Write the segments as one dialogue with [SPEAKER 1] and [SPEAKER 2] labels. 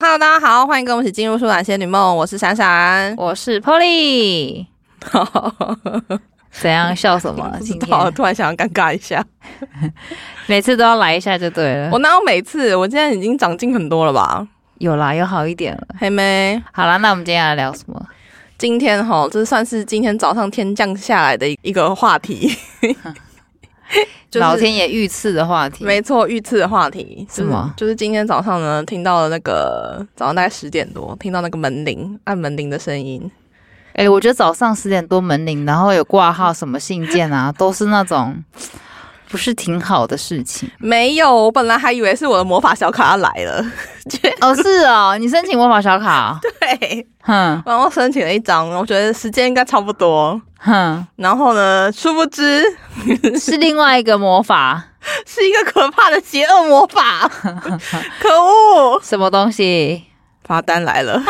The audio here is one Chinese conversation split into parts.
[SPEAKER 1] Hello，大家好，欢迎跟我们一起进入《舒展仙女梦》，我是闪 闪。
[SPEAKER 2] 我是 Polly，怎样笑 什么？
[SPEAKER 1] 不知
[SPEAKER 2] 今
[SPEAKER 1] 道，
[SPEAKER 2] 天
[SPEAKER 1] 突然想要尴尬一下。
[SPEAKER 2] 每次都要来一下就对了
[SPEAKER 1] 我。哪有每次？我现在已经长进很多了吧？
[SPEAKER 2] 有啦，有好一点了。
[SPEAKER 1] 黑妹，
[SPEAKER 2] 好啦，那我们今天来聊什么？
[SPEAKER 1] 今天哈，这算是今天早上天降下来的一个话题，就是
[SPEAKER 2] 嗯老天爷遇刺的话题。
[SPEAKER 1] 没错，遇刺的话题
[SPEAKER 2] 什么
[SPEAKER 1] 就是？就是今天早上呢，听到了那个早上大概十点多，听到那个门铃按门铃的声音，
[SPEAKER 2] 哎、我觉得早上十点多门铃，然后有挂号什么信件啊， 都是那种 不是挺好的事情
[SPEAKER 1] 没有，我本来还以为是我的魔法小卡要来了，
[SPEAKER 2] 哦。是哦，你申请魔法小卡、哦，
[SPEAKER 1] 对，
[SPEAKER 2] 哼
[SPEAKER 1] 然后申请了一张，我觉得时间应该差不多，
[SPEAKER 2] 哼，
[SPEAKER 1] 然后呢，殊不知
[SPEAKER 2] 是另外一个魔法，
[SPEAKER 1] 是一个可怕的邪恶魔 法，可恶！
[SPEAKER 2] 什么东西？
[SPEAKER 1] 罚单来了，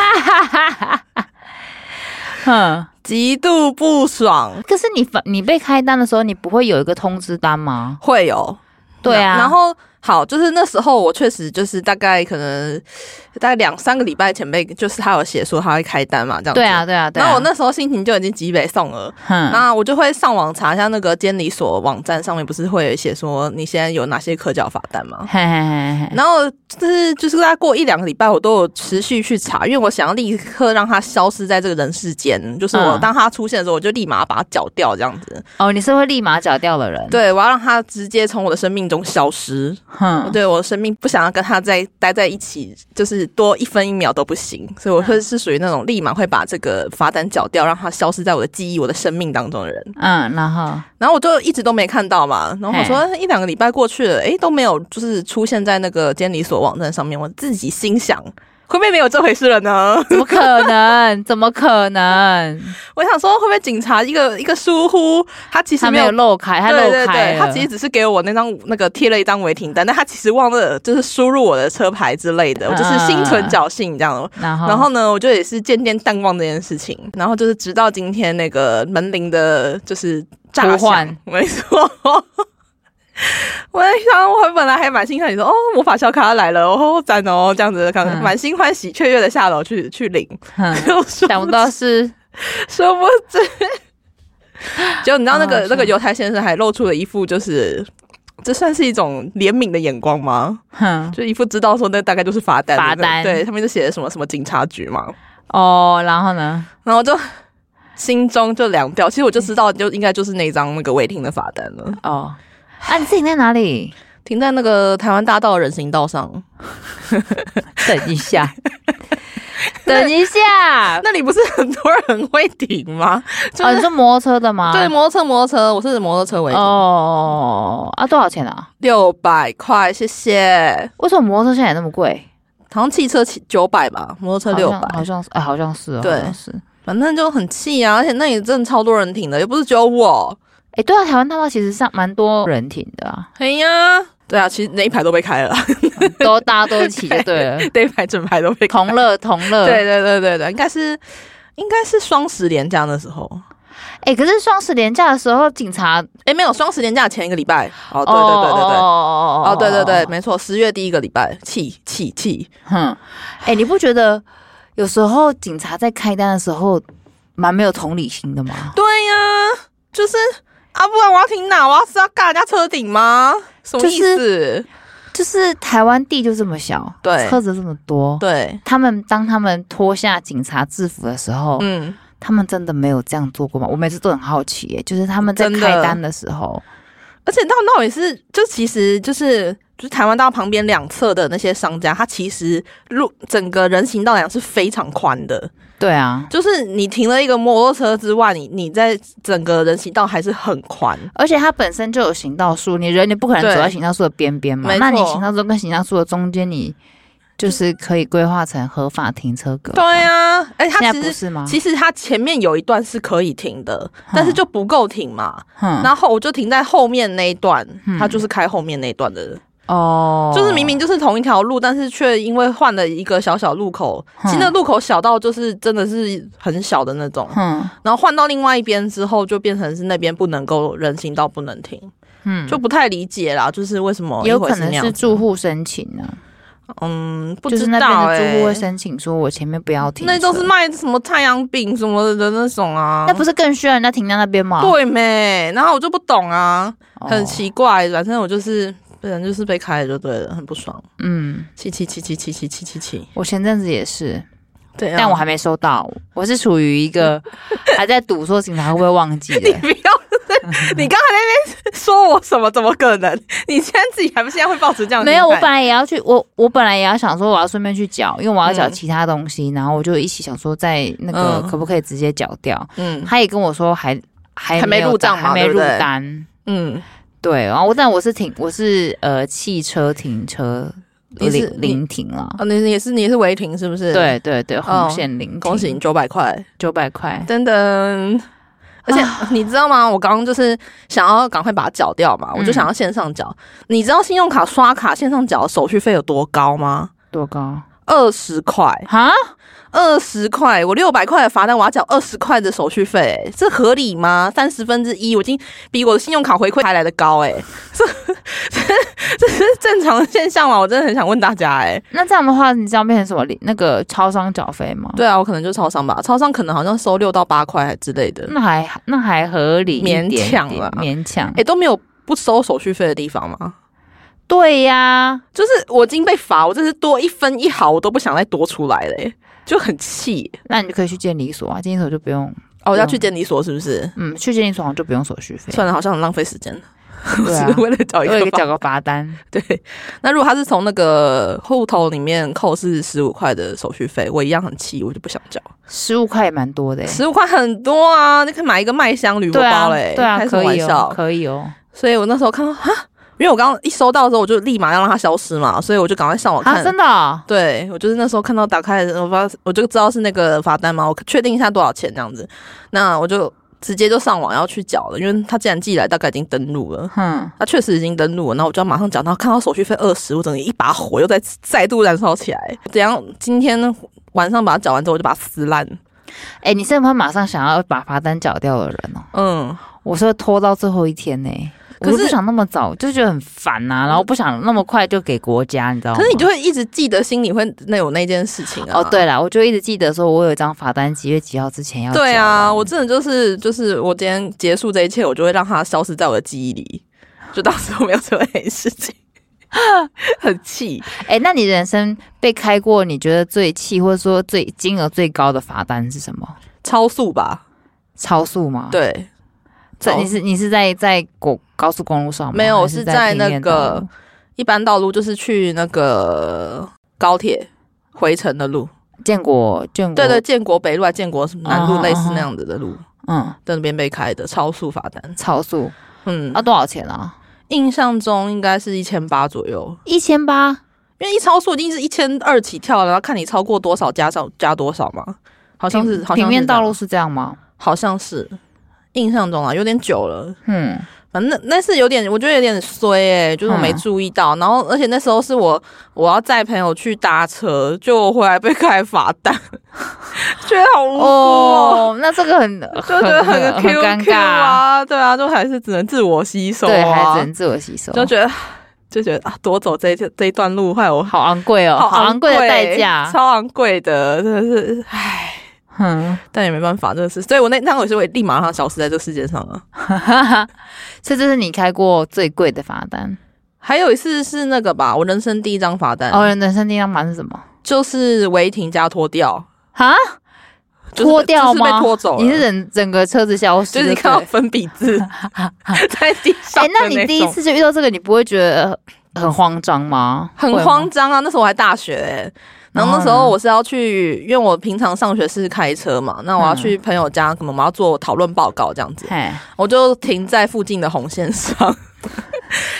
[SPEAKER 2] 哼，
[SPEAKER 1] 极度不爽，
[SPEAKER 2] 可是你反你被开单的时候，你不会有一个通知单吗？
[SPEAKER 1] 会有
[SPEAKER 2] 对啊，
[SPEAKER 1] 然然后好，就是那时候我确实就是大概可能大概两三个礼拜前被，就是他有写说他会开单嘛，这样子
[SPEAKER 2] 对啊，。对啊，对啊。嗯
[SPEAKER 1] 然后我那时候心情就已经极北送了，
[SPEAKER 2] 哼，
[SPEAKER 1] 那我就会上网查一下那个监理所网站上面不是会有写说你现在有哪些可缴罚单吗？
[SPEAKER 2] 嘿嘿嘿嘿，
[SPEAKER 1] 然后就是就是大概过一两个礼拜，我都有持续去查，因为我想要立刻让它消失在这个人世间。就是我
[SPEAKER 2] 嗯
[SPEAKER 1] 当它出现的时候，我就立马把它绞掉，这样子。
[SPEAKER 2] 哦，你是会立马绞掉的人，，
[SPEAKER 1] 对，我要让它直接从我的生命中消失。
[SPEAKER 2] 哼，
[SPEAKER 1] 对我的生命不想要跟它再待在一起，就是多一分一秒都不行。所以我会是属于那种立马会把这个罚单绞掉，让它消失在我的记忆、我的生命当中的人。
[SPEAKER 2] 嗯，然后，
[SPEAKER 1] 然后我就一直都没看到嘛，然后我说一两个礼拜过去了，诶，都没有就是出现在那个监理所网站上面。我自己心想，会不会没有这回事了呢？
[SPEAKER 2] 怎么可能？怎么可能？
[SPEAKER 1] 我想说，会不会警察一个一个疏忽，他其实
[SPEAKER 2] 他
[SPEAKER 1] 没
[SPEAKER 2] 没
[SPEAKER 1] 有
[SPEAKER 2] 有。漏开，他
[SPEAKER 1] 对
[SPEAKER 2] 漏
[SPEAKER 1] 对
[SPEAKER 2] 开
[SPEAKER 1] 对，
[SPEAKER 2] 了
[SPEAKER 1] 他其实只是给我那张那个贴了一张违停单，但他其实忘了就是输入我的车牌之类的，我就是
[SPEAKER 2] 啊
[SPEAKER 1] 心存侥幸这样。
[SPEAKER 2] 然后，
[SPEAKER 1] 然后呢，我就也是渐渐淡忘这件事情，然后就是直到今天那个门铃的，就是炸
[SPEAKER 2] 呼
[SPEAKER 1] 响
[SPEAKER 2] 唤，
[SPEAKER 1] 没错。我在想，我本来还蛮兴奋，你说哦，魔法小卡要来了，哦，赞哦，这样子，感觉
[SPEAKER 2] 嗯
[SPEAKER 1] 蛮心欢喜雀跃的下楼去去领，
[SPEAKER 2] 哼
[SPEAKER 1] 就殊
[SPEAKER 2] 想不
[SPEAKER 1] 不
[SPEAKER 2] 到是，
[SPEAKER 1] 殊不知，结果你知道那
[SPEAKER 2] 好好
[SPEAKER 1] 个
[SPEAKER 2] 笑
[SPEAKER 1] 那个犹太先生还露出了一副就是，这算是一种怜悯的眼光吗？
[SPEAKER 2] 哼，
[SPEAKER 1] 就一副知道说那大概就是罚单的那，
[SPEAKER 2] 嗯罚单
[SPEAKER 1] 对他们就写的什么什么警察局嘛，
[SPEAKER 2] 哦，然后呢？
[SPEAKER 1] 然后就 嗯心中就凉掉。其实我就知道，就应该就是那张那个违停的罚单了，
[SPEAKER 2] 哦，啊，你自己在哪里？
[SPEAKER 1] 停在那个台湾大道人行道上。
[SPEAKER 2] 等一下， 等一下，
[SPEAKER 1] 那里不是很多人会停 吗？就
[SPEAKER 2] 哦，你
[SPEAKER 1] 是、
[SPEAKER 2] 是摩托车的吗？
[SPEAKER 1] 对，摩托车，摩托车，我是摩托车违停，
[SPEAKER 2] 哦，啊，多少钱啊？
[SPEAKER 1] 六百块，谢谢。
[SPEAKER 2] 为什么摩托车现在那么贵？
[SPEAKER 1] 好像汽车九百吧，摩托车六
[SPEAKER 2] 好像
[SPEAKER 1] 百
[SPEAKER 2] 好，像是，哎，好像是哦，
[SPEAKER 1] 对
[SPEAKER 2] 好像是。
[SPEAKER 1] 反正就很气啊！而且那里真的超多人停的，又不是只有我。
[SPEAKER 2] 哎、对啊，台湾大道其实上蛮多人停的啊，
[SPEAKER 1] 哎呀，对啊，其实那一排都被开了啦，
[SPEAKER 2] 都大家都一起就对了。
[SPEAKER 1] 那一排整排都被开。
[SPEAKER 2] 同乐同乐，
[SPEAKER 1] 对对对对对，应该是应该是双十连假的时候，
[SPEAKER 2] 哎、可是双十连假的时候，警察
[SPEAKER 1] 哎，没有，双十连假前一个礼拜。哦，
[SPEAKER 2] 哦
[SPEAKER 1] 对对对对对，
[SPEAKER 2] 哦
[SPEAKER 1] 哦，对对对，，没错，十月第一个礼拜，气气气，
[SPEAKER 2] 哼，哎、你不觉得有时候警察在开单的时候蛮没有同理心的吗？
[SPEAKER 1] 对呀、就是啊，不然我要停哪？我要是要尬人家车顶吗？什么意思？
[SPEAKER 2] 就是台湾地就这么小，
[SPEAKER 1] 对
[SPEAKER 2] 车子这么多，
[SPEAKER 1] 对，
[SPEAKER 2] 他们当他们脱下警察制服的时候，
[SPEAKER 1] 嗯，
[SPEAKER 2] 他们真的没有这样做过吗？我每次都很好奇、耶，就是他们在
[SPEAKER 1] 真的
[SPEAKER 2] 开单的时候，
[SPEAKER 1] 而且到那也是，就其实就是就是台湾道旁边两侧的那些商家，它其实路整个人行道梁是非常宽的，
[SPEAKER 2] 对啊，
[SPEAKER 1] 就是你停了一个摩托车之外，你你在整个人行道还是很宽。
[SPEAKER 2] 而且它本身就有行道树，你人你不可能
[SPEAKER 1] 对
[SPEAKER 2] 走到行道树的边边嘛
[SPEAKER 1] 没。错
[SPEAKER 2] 那你行道树跟行道树的中间，你就是可以规划成合法停车格。
[SPEAKER 1] 对啊，哎、它
[SPEAKER 2] 现
[SPEAKER 1] 其
[SPEAKER 2] 在不
[SPEAKER 1] 实。
[SPEAKER 2] 是吗？
[SPEAKER 1] 其实它前面有一段是可以停的，
[SPEAKER 2] 嗯
[SPEAKER 1] 但是就不够停嘛。
[SPEAKER 2] 哼
[SPEAKER 1] 然后我就停在后面那一段，
[SPEAKER 2] 嗯
[SPEAKER 1] 它就是开后面那一段的，
[SPEAKER 2] 哦，
[SPEAKER 1] 就是明明就是同一条路，但是却因为换了一个小小路口，
[SPEAKER 2] 嗯
[SPEAKER 1] 其实那路口小到就是真的是很小的那种。
[SPEAKER 2] 哼
[SPEAKER 1] 然后换到另外一边之后，就变成是那边不能够人行道不能停，
[SPEAKER 2] 嗯，
[SPEAKER 1] 就不太理解啦，就是为什么一
[SPEAKER 2] 有
[SPEAKER 1] 回
[SPEAKER 2] 可
[SPEAKER 1] 是那
[SPEAKER 2] 能
[SPEAKER 1] 样
[SPEAKER 2] 是住户申请呢。啊
[SPEAKER 1] 嗯，不
[SPEAKER 2] 就
[SPEAKER 1] 知
[SPEAKER 2] 是那边
[SPEAKER 1] 道
[SPEAKER 2] 的住户
[SPEAKER 1] 哎、
[SPEAKER 2] 会申请说，我前面不要停车，
[SPEAKER 1] 那都是卖什么太阳饼什么的那种啊，
[SPEAKER 2] 那不是更需要人家停在那边吗？
[SPEAKER 1] 对没？然后我就不懂啊，
[SPEAKER 2] 哦，
[SPEAKER 1] 很奇怪，反正我就是。人就是被开了就对了，很不爽，
[SPEAKER 2] 嗯，
[SPEAKER 1] 气气气气气气气气气。
[SPEAKER 2] 我前阵子也是，
[SPEAKER 1] 对啊，
[SPEAKER 2] 但我还没收到，我是处于 一个还在赌说警察会不会忘记
[SPEAKER 1] 你
[SPEAKER 2] 的。
[SPEAKER 1] 不要， 你刚才那边说我什么？怎么可能？你现在自己还不现在会保持这样的
[SPEAKER 2] 没有，
[SPEAKER 1] 心
[SPEAKER 2] 我
[SPEAKER 1] 态
[SPEAKER 2] 本来也要去，我我本来也要想说我要顺便去缴，因为我要缴
[SPEAKER 1] 嗯
[SPEAKER 2] 其他东西，然后我就一起想说在那个
[SPEAKER 1] 嗯
[SPEAKER 2] 可不可以直接缴掉？
[SPEAKER 1] 嗯
[SPEAKER 2] 他也跟我说还还
[SPEAKER 1] 还没
[SPEAKER 2] 有
[SPEAKER 1] 入账嘛
[SPEAKER 2] 还没
[SPEAKER 1] 对
[SPEAKER 2] 入
[SPEAKER 1] 不对
[SPEAKER 2] 单。
[SPEAKER 1] 嗯，
[SPEAKER 2] 对，然后但我是停，我是呃汽车停车
[SPEAKER 1] 你是
[SPEAKER 2] 临临停了。
[SPEAKER 1] 哦，你也是你也是违停是不是？，
[SPEAKER 2] 对对对，红
[SPEAKER 1] 哦
[SPEAKER 2] 线临停，
[SPEAKER 1] 恭喜你九百块，
[SPEAKER 2] 九百块。
[SPEAKER 1] 噔啊噔。而且你知道吗？我刚刚就是想要赶快把它缴掉嘛，我就想要线上缴。你知道信用卡刷卡线上缴手续费有多高吗？
[SPEAKER 2] 多高？
[SPEAKER 1] 二十块，
[SPEAKER 2] 哈，
[SPEAKER 1] 二十块，我六百块的罚单，我要缴二十块的手续费、这合理吗？三十分之一，我已经比我的信用卡回馈还来的高、哎，这这是正常的现象吗？我真的很想问大家、哎，
[SPEAKER 2] 那这样的话，你知道变成什么？那个超商缴费吗？，
[SPEAKER 1] 对啊，我可能就超商吧，超商可能好像收六到八块还之类的，
[SPEAKER 2] 那还那还合理一点点，
[SPEAKER 1] 勉强啦
[SPEAKER 2] 勉强
[SPEAKER 1] 哎、。都没有不收手续费的地方吗？
[SPEAKER 2] 对呀，
[SPEAKER 1] 就是我已经被罚，我这是多一分一毫，我都不想再多出来嘞、哎就很气。
[SPEAKER 2] 那你就可以去监理所啊，监理所就不用，
[SPEAKER 1] 哦，
[SPEAKER 2] 对啊
[SPEAKER 1] 要去监理所是不是？
[SPEAKER 2] 嗯，去监理所好像就不用手续费，
[SPEAKER 1] 算了，好像很浪费时间。我
[SPEAKER 2] 对啊
[SPEAKER 1] 是为了缴一
[SPEAKER 2] 我
[SPEAKER 1] 个
[SPEAKER 2] 也
[SPEAKER 1] 罚
[SPEAKER 2] 缴个 罚单。
[SPEAKER 1] 对，那如果他是从那个户头里面扣是十五块的手续费，我一样很气，我就不想交。
[SPEAKER 2] 十五块也蛮多的欸，
[SPEAKER 1] 十五块很多啊，你可以买一个麦香铝箔
[SPEAKER 2] 对啊
[SPEAKER 1] 包嘞、，
[SPEAKER 2] 对啊，
[SPEAKER 1] 开什么
[SPEAKER 2] 可
[SPEAKER 1] 玩
[SPEAKER 2] 以
[SPEAKER 1] 笑
[SPEAKER 2] 哦，？可以哦。
[SPEAKER 1] 所以我那时候看到哈，因为我刚刚一收到的时候，我就立马要让它消失嘛，所以我就赶快上网
[SPEAKER 2] 啊，
[SPEAKER 1] 看。
[SPEAKER 2] 真的哦，
[SPEAKER 1] 对，我就是那时候看到打开，我发我就知道是那个罚单嘛，我确定一下多少钱这样子，那我就直接就上网要去缴了，因为他既然寄来，大概已经登录了。
[SPEAKER 2] 哼，
[SPEAKER 1] 他确实已经登录了，然后我就要马上讲到，看到手续费二十，我整个一把火又再再度燃烧起来。怎样？今天晚上把它缴完之后，我就把它撕烂。
[SPEAKER 2] 哎，你是不是马上想要把罚单缴掉的人哦？
[SPEAKER 1] 嗯，
[SPEAKER 2] 我是会拖到最后一天呢、
[SPEAKER 1] 可是嗯
[SPEAKER 2] 可是不想那么早，就觉得很烦呐、然后不想那么快就给国家，你知道吗？
[SPEAKER 1] 可是你就会一直记得心里会那有那件事情啊。
[SPEAKER 2] 哦，对了，我就一直记得说，我有一张罚单，几月几号之前要
[SPEAKER 1] 对啊，
[SPEAKER 2] 缴
[SPEAKER 1] 我真的就是就是我今天结束这一切，我就会让它消失在我的记忆里，就当时我没有做那件事情， 很气。
[SPEAKER 2] 哎，那你人生被开过你觉得最气或者说最金额最高的罚单是什么？
[SPEAKER 1] 超速吧？
[SPEAKER 2] 超速吗？，
[SPEAKER 1] 对，
[SPEAKER 2] 这你是你是在在国高速公路上吗？
[SPEAKER 1] 没有
[SPEAKER 2] 还
[SPEAKER 1] 我
[SPEAKER 2] 是
[SPEAKER 1] 是在
[SPEAKER 2] 平
[SPEAKER 1] 那
[SPEAKER 2] 面
[SPEAKER 1] 个
[SPEAKER 2] 道路
[SPEAKER 1] 一般道路就是去那个高铁回程的路。
[SPEAKER 2] 建国建国
[SPEAKER 1] 对对，，建国北路还啊建国南
[SPEAKER 2] 哦
[SPEAKER 1] 路类
[SPEAKER 2] 哦
[SPEAKER 1] 似
[SPEAKER 2] 哦
[SPEAKER 1] 那样子的路，
[SPEAKER 2] 嗯，
[SPEAKER 1] 在那边被开的超速罚单。
[SPEAKER 2] 超速
[SPEAKER 1] 嗯，
[SPEAKER 2] 啊，多少钱啊？
[SPEAKER 1] 印象中应该是一千八左右，
[SPEAKER 2] 一千八
[SPEAKER 1] 因为一超速一定是一千二起跳了，然后看你超过多少加上加多少嘛，好像是好像是
[SPEAKER 2] 平面
[SPEAKER 1] 这样
[SPEAKER 2] 道路，是这样吗？
[SPEAKER 1] 好像是印象中啊，有点久了。
[SPEAKER 2] 嗯，
[SPEAKER 1] 反正那那是有点，我觉得有点衰哎、就是我没
[SPEAKER 2] 嗯
[SPEAKER 1] 注意到。然后，而且那时候是我我要载朋友去搭车，就我回来被开罚单， 觉得好无辜哦
[SPEAKER 2] 哦，那这 个很
[SPEAKER 1] 就觉得很
[SPEAKER 2] 很
[SPEAKER 1] Q
[SPEAKER 2] 尴
[SPEAKER 1] Q
[SPEAKER 2] 尬，
[SPEAKER 1] 啊，对啊，就还是只能自我吸收
[SPEAKER 2] 对，还
[SPEAKER 1] 啊
[SPEAKER 2] 只，能自我吸收，
[SPEAKER 1] 就觉得就觉得啊，多走这一这一段路，害我
[SPEAKER 2] 好昂贵哦，好昂贵的代价。
[SPEAKER 1] 超昂贵的，真的是唉。
[SPEAKER 2] 嗯，
[SPEAKER 1] 但也没办法，真的是，所以我那那我是会立马让它消失在这世界上啊。
[SPEAKER 2] 所以这是你开过最贵的罚单。
[SPEAKER 1] 还有一次是那个吧，我人生第一张罚单，
[SPEAKER 2] 哦，人人生第一张罚单是什么？
[SPEAKER 1] 就是违停加脱掉，
[SPEAKER 2] 啊，
[SPEAKER 1] 就是
[SPEAKER 2] 脱掉
[SPEAKER 1] 就是被
[SPEAKER 2] 吗？
[SPEAKER 1] 拖走了
[SPEAKER 2] 你是整整个车子消失？
[SPEAKER 1] 就是你看到
[SPEAKER 2] 对
[SPEAKER 1] 粉笔 字在地上
[SPEAKER 2] 哎
[SPEAKER 1] 的，
[SPEAKER 2] 那你第一
[SPEAKER 1] 种
[SPEAKER 2] 次就遇到这个，你不会觉得很慌张吗？
[SPEAKER 1] 很
[SPEAKER 2] 会吗
[SPEAKER 1] 慌，张啊！那时候我还大学、欸，然后那时
[SPEAKER 2] 然后
[SPEAKER 1] 候
[SPEAKER 2] 呢
[SPEAKER 1] 我是要去，因为我平常上学是开车嘛，那我要去朋友家，可能我们要做讨论报告这样子，
[SPEAKER 2] 嗯嘿，
[SPEAKER 1] 我就停在附近的红线上，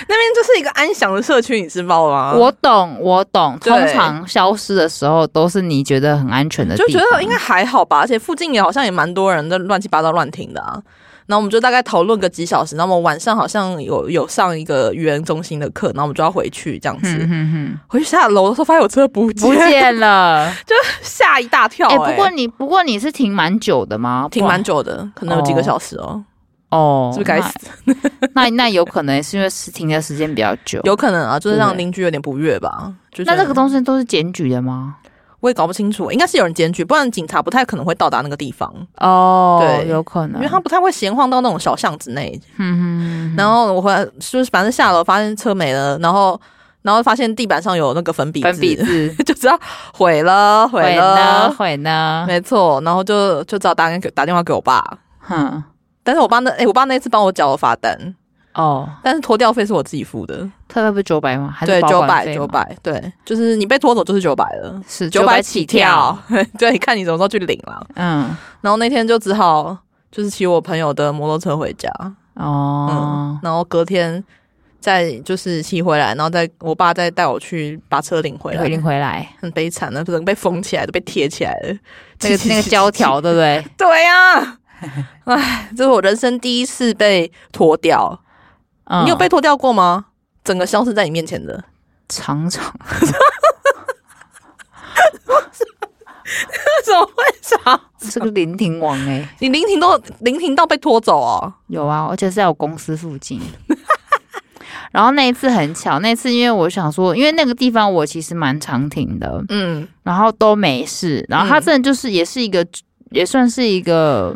[SPEAKER 1] 那边就是一个安详的社区，你知道吗？
[SPEAKER 2] 我懂，我懂。
[SPEAKER 1] 对
[SPEAKER 2] 通常消失的时候都是你觉得很安全的地
[SPEAKER 1] 就
[SPEAKER 2] 方，
[SPEAKER 1] 觉得应该还好吧，而且附近也好像也蛮多人在乱七八糟乱停的啊。然后我们就大概讨论个几小时，那么晚上好像有有上一个语言中心的课，然后我们就要回去这样子。
[SPEAKER 2] 嗯哼 哼，
[SPEAKER 1] 回去下楼的时候发现我车不见，
[SPEAKER 2] 不见哎了。
[SPEAKER 1] 吓一大跳、欸。
[SPEAKER 2] 哎、不过你不过你是停蛮久的吗？
[SPEAKER 1] 挺蛮久的，可能有几个小时哦。
[SPEAKER 2] 哦，
[SPEAKER 1] 是不是该死？
[SPEAKER 2] 那那那有可能是因为是停的时间比较久。
[SPEAKER 1] 有可能啊，就是
[SPEAKER 2] 对
[SPEAKER 1] 让
[SPEAKER 2] 不对
[SPEAKER 1] 邻居有点不悦吧。就
[SPEAKER 2] 那
[SPEAKER 1] 觉得
[SPEAKER 2] 这个东西都是检举的吗？
[SPEAKER 1] 我也搞不清楚，应该是有人检举，不然警察不太可能会到达那个地方，
[SPEAKER 2] 哦，
[SPEAKER 1] 对
[SPEAKER 2] 有可能，
[SPEAKER 1] 因为他不太会闲晃到那种小巷子内。
[SPEAKER 2] 嗯哼
[SPEAKER 1] 然后我回来就是反正下楼发现车没了，然后然后发现地板上有那个粉笔
[SPEAKER 2] 粉笔 字
[SPEAKER 1] 就知道毁了毁了，
[SPEAKER 2] 毁呢，
[SPEAKER 1] 没错。然后就就只好打给打电话给我爸，
[SPEAKER 2] 哼
[SPEAKER 1] 但是我爸那哎诶、我爸那次帮我缴了罚单，
[SPEAKER 2] 哦，
[SPEAKER 1] 但是拖吊费是我自己付的，
[SPEAKER 2] 特别不是九百吗？还是
[SPEAKER 1] 对，
[SPEAKER 2] 保
[SPEAKER 1] 九
[SPEAKER 2] 管
[SPEAKER 1] 百
[SPEAKER 2] 费
[SPEAKER 1] 九
[SPEAKER 2] 吗
[SPEAKER 1] 百，对，就是你被拖走就是九百了。
[SPEAKER 2] 是
[SPEAKER 1] 九
[SPEAKER 2] 900
[SPEAKER 1] 百起跳，， 对，看你什么时候去领了。
[SPEAKER 2] 嗯
[SPEAKER 1] 然后那天就只好就是骑我朋友的摩托车回家，嗯
[SPEAKER 2] 哦，，
[SPEAKER 1] 然后隔天再就是骑回来，然后再我爸再带我去把车领回来，
[SPEAKER 2] 回领回来，
[SPEAKER 1] 很悲惨的，可能被封起来的，被贴起来的，
[SPEAKER 2] 那个那个胶， 条对不对？
[SPEAKER 1] 对呀、 啊，哎，这是我人生第一次被脱掉，
[SPEAKER 2] 嗯
[SPEAKER 1] 你有被脱掉过吗？整个消失在你面前的，
[SPEAKER 2] 常常
[SPEAKER 1] 怎么会想？
[SPEAKER 2] 是个聆听王哎，
[SPEAKER 1] 你临停都临停到被拖走哦，
[SPEAKER 2] 有啊，而且是在我公司附近。 然后那一次很巧，那次因为我想说，因为那个地方我其实蛮常停的，
[SPEAKER 1] 嗯
[SPEAKER 2] 然后都没事。然后它
[SPEAKER 1] 嗯
[SPEAKER 2] 真的就是也是一个、也算是一个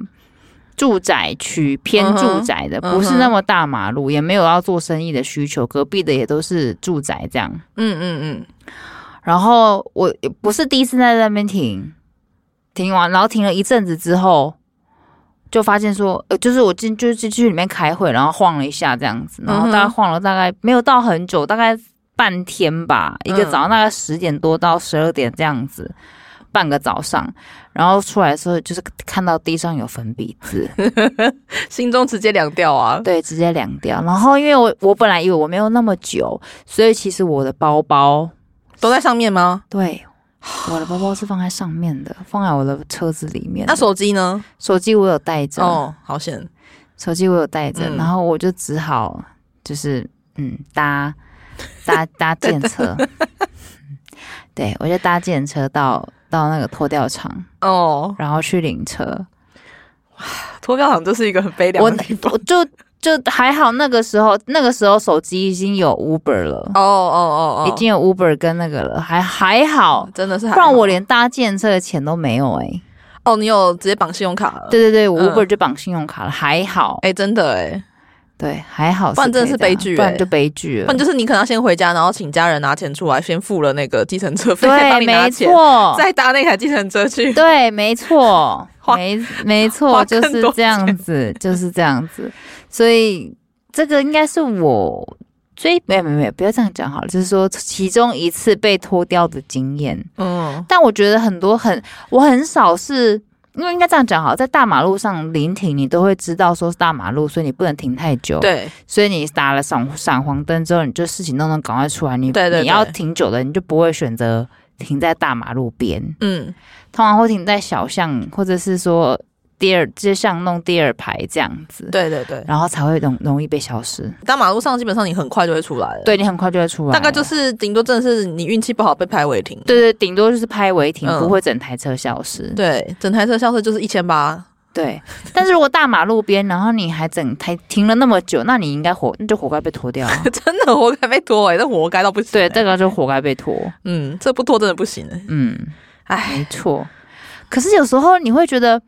[SPEAKER 2] 住宅区，偏
[SPEAKER 1] 嗯哼
[SPEAKER 2] 住宅的，
[SPEAKER 1] 嗯哼
[SPEAKER 2] 不是那么大马路，也没有要做生意的需求。隔壁的也都是住宅这样。
[SPEAKER 1] 嗯嗯
[SPEAKER 2] 然后我不是第一次在那边停，停完然后停了一阵子之后。就发现说，呃，就是我进就是进去里面开会，然后晃了一下这样子，然后
[SPEAKER 1] 嗯哼
[SPEAKER 2] 大概晃了大概没有到很久，大概半天吧，一个
[SPEAKER 1] 嗯
[SPEAKER 2] 早上大概十点多到十二点这样子，半个早上，然后出来的时候就是看到地上有粉笔字，
[SPEAKER 1] 嗯，心中直接凉掉啊，
[SPEAKER 2] 对，直接凉掉。然后因为我我本来以为我没有那么久，所以其实我的包包
[SPEAKER 1] 都在上面吗？
[SPEAKER 2] 对，我的包包是放在上面的，放在我的车子里面的。
[SPEAKER 1] 那手机呢？
[SPEAKER 2] 手机我有带着，
[SPEAKER 1] 哦，好险，
[SPEAKER 2] 手机我有带着，
[SPEAKER 1] 嗯
[SPEAKER 2] 然后我就只好就是嗯搭搭 搭电车，对我就搭电车到到那个脱掉场，
[SPEAKER 1] 哦，
[SPEAKER 2] 然后去领车。
[SPEAKER 1] 脱票场就是一个很悲凉
[SPEAKER 2] 我
[SPEAKER 1] 的地方。
[SPEAKER 2] 我就就还好，那个时候那个时候手机已经有 Uber 了。
[SPEAKER 1] 哦哦
[SPEAKER 2] 已经有 Uber 跟那个了，还还好，
[SPEAKER 1] 真的是还
[SPEAKER 2] 不
[SPEAKER 1] 好，
[SPEAKER 2] 然我连搭建车的钱都没有哎、欸
[SPEAKER 1] 哦，你有直接绑信用卡了？，
[SPEAKER 2] 对对对，我
[SPEAKER 1] 嗯
[SPEAKER 2] Uber 就绑信用卡了，还好，
[SPEAKER 1] 哎，真的哎，
[SPEAKER 2] 对，还好可以这样，
[SPEAKER 1] 不然真的是悲剧欸
[SPEAKER 2] 不然就悲剧
[SPEAKER 1] 不
[SPEAKER 2] 了
[SPEAKER 1] 然。就是你可能要先回家，然后请家人拿钱出来，先付了那个计程车费，再帮
[SPEAKER 2] 对，
[SPEAKER 1] 你拿
[SPEAKER 2] 没
[SPEAKER 1] 钱，
[SPEAKER 2] 错，
[SPEAKER 1] 再搭那台计程车去。，
[SPEAKER 2] 对，没错
[SPEAKER 1] 花
[SPEAKER 2] 没没错，
[SPEAKER 1] 花
[SPEAKER 2] 就
[SPEAKER 1] 更
[SPEAKER 2] 是
[SPEAKER 1] 多
[SPEAKER 2] 这样子，就是这样子。所以这个应该是我最没有没有没有，不要这样讲好了，就是说其中一次被脱掉的经验。
[SPEAKER 1] 嗯
[SPEAKER 2] 但我觉得很多很，我很少是。因为应该这样讲好，在大马路上临停，你都会知道说是大马路，所以你不能停太久。，
[SPEAKER 1] 对，
[SPEAKER 2] 所以你打了闪闪黄灯之后，你就事情弄弄赶快出来。你
[SPEAKER 1] 对对
[SPEAKER 2] 你要
[SPEAKER 1] 对
[SPEAKER 2] 停久的，你就不会选择停在大马路边，
[SPEAKER 1] 嗯
[SPEAKER 2] 通常会停在小巷，或者是说第二街巷弄第二排这样子，
[SPEAKER 1] 对对对，
[SPEAKER 2] 然后才会容容易被消失。
[SPEAKER 1] 大马路上基本上你很快就会出来了。，
[SPEAKER 2] 对你很快就会出来了，
[SPEAKER 1] 大概就是顶多真的是你运气不好被拍违停。
[SPEAKER 2] 对对，顶多就是拍违停，
[SPEAKER 1] 嗯
[SPEAKER 2] 不会整台车消失。
[SPEAKER 1] 对，整台车消失就是一千八。
[SPEAKER 2] 对，但是如果大马路边，然后你还整台停了那么久，那你应该活，那就活该被拖掉 啊。
[SPEAKER 1] 真的活该被拖哎、欸，这活该到不行、
[SPEAKER 2] 对，
[SPEAKER 1] 欸。
[SPEAKER 2] 这个就活该被拖。
[SPEAKER 1] 嗯，这不拖真的不行哎、
[SPEAKER 2] 嗯，
[SPEAKER 1] 哎，
[SPEAKER 2] 没错。可是有时候你会觉得，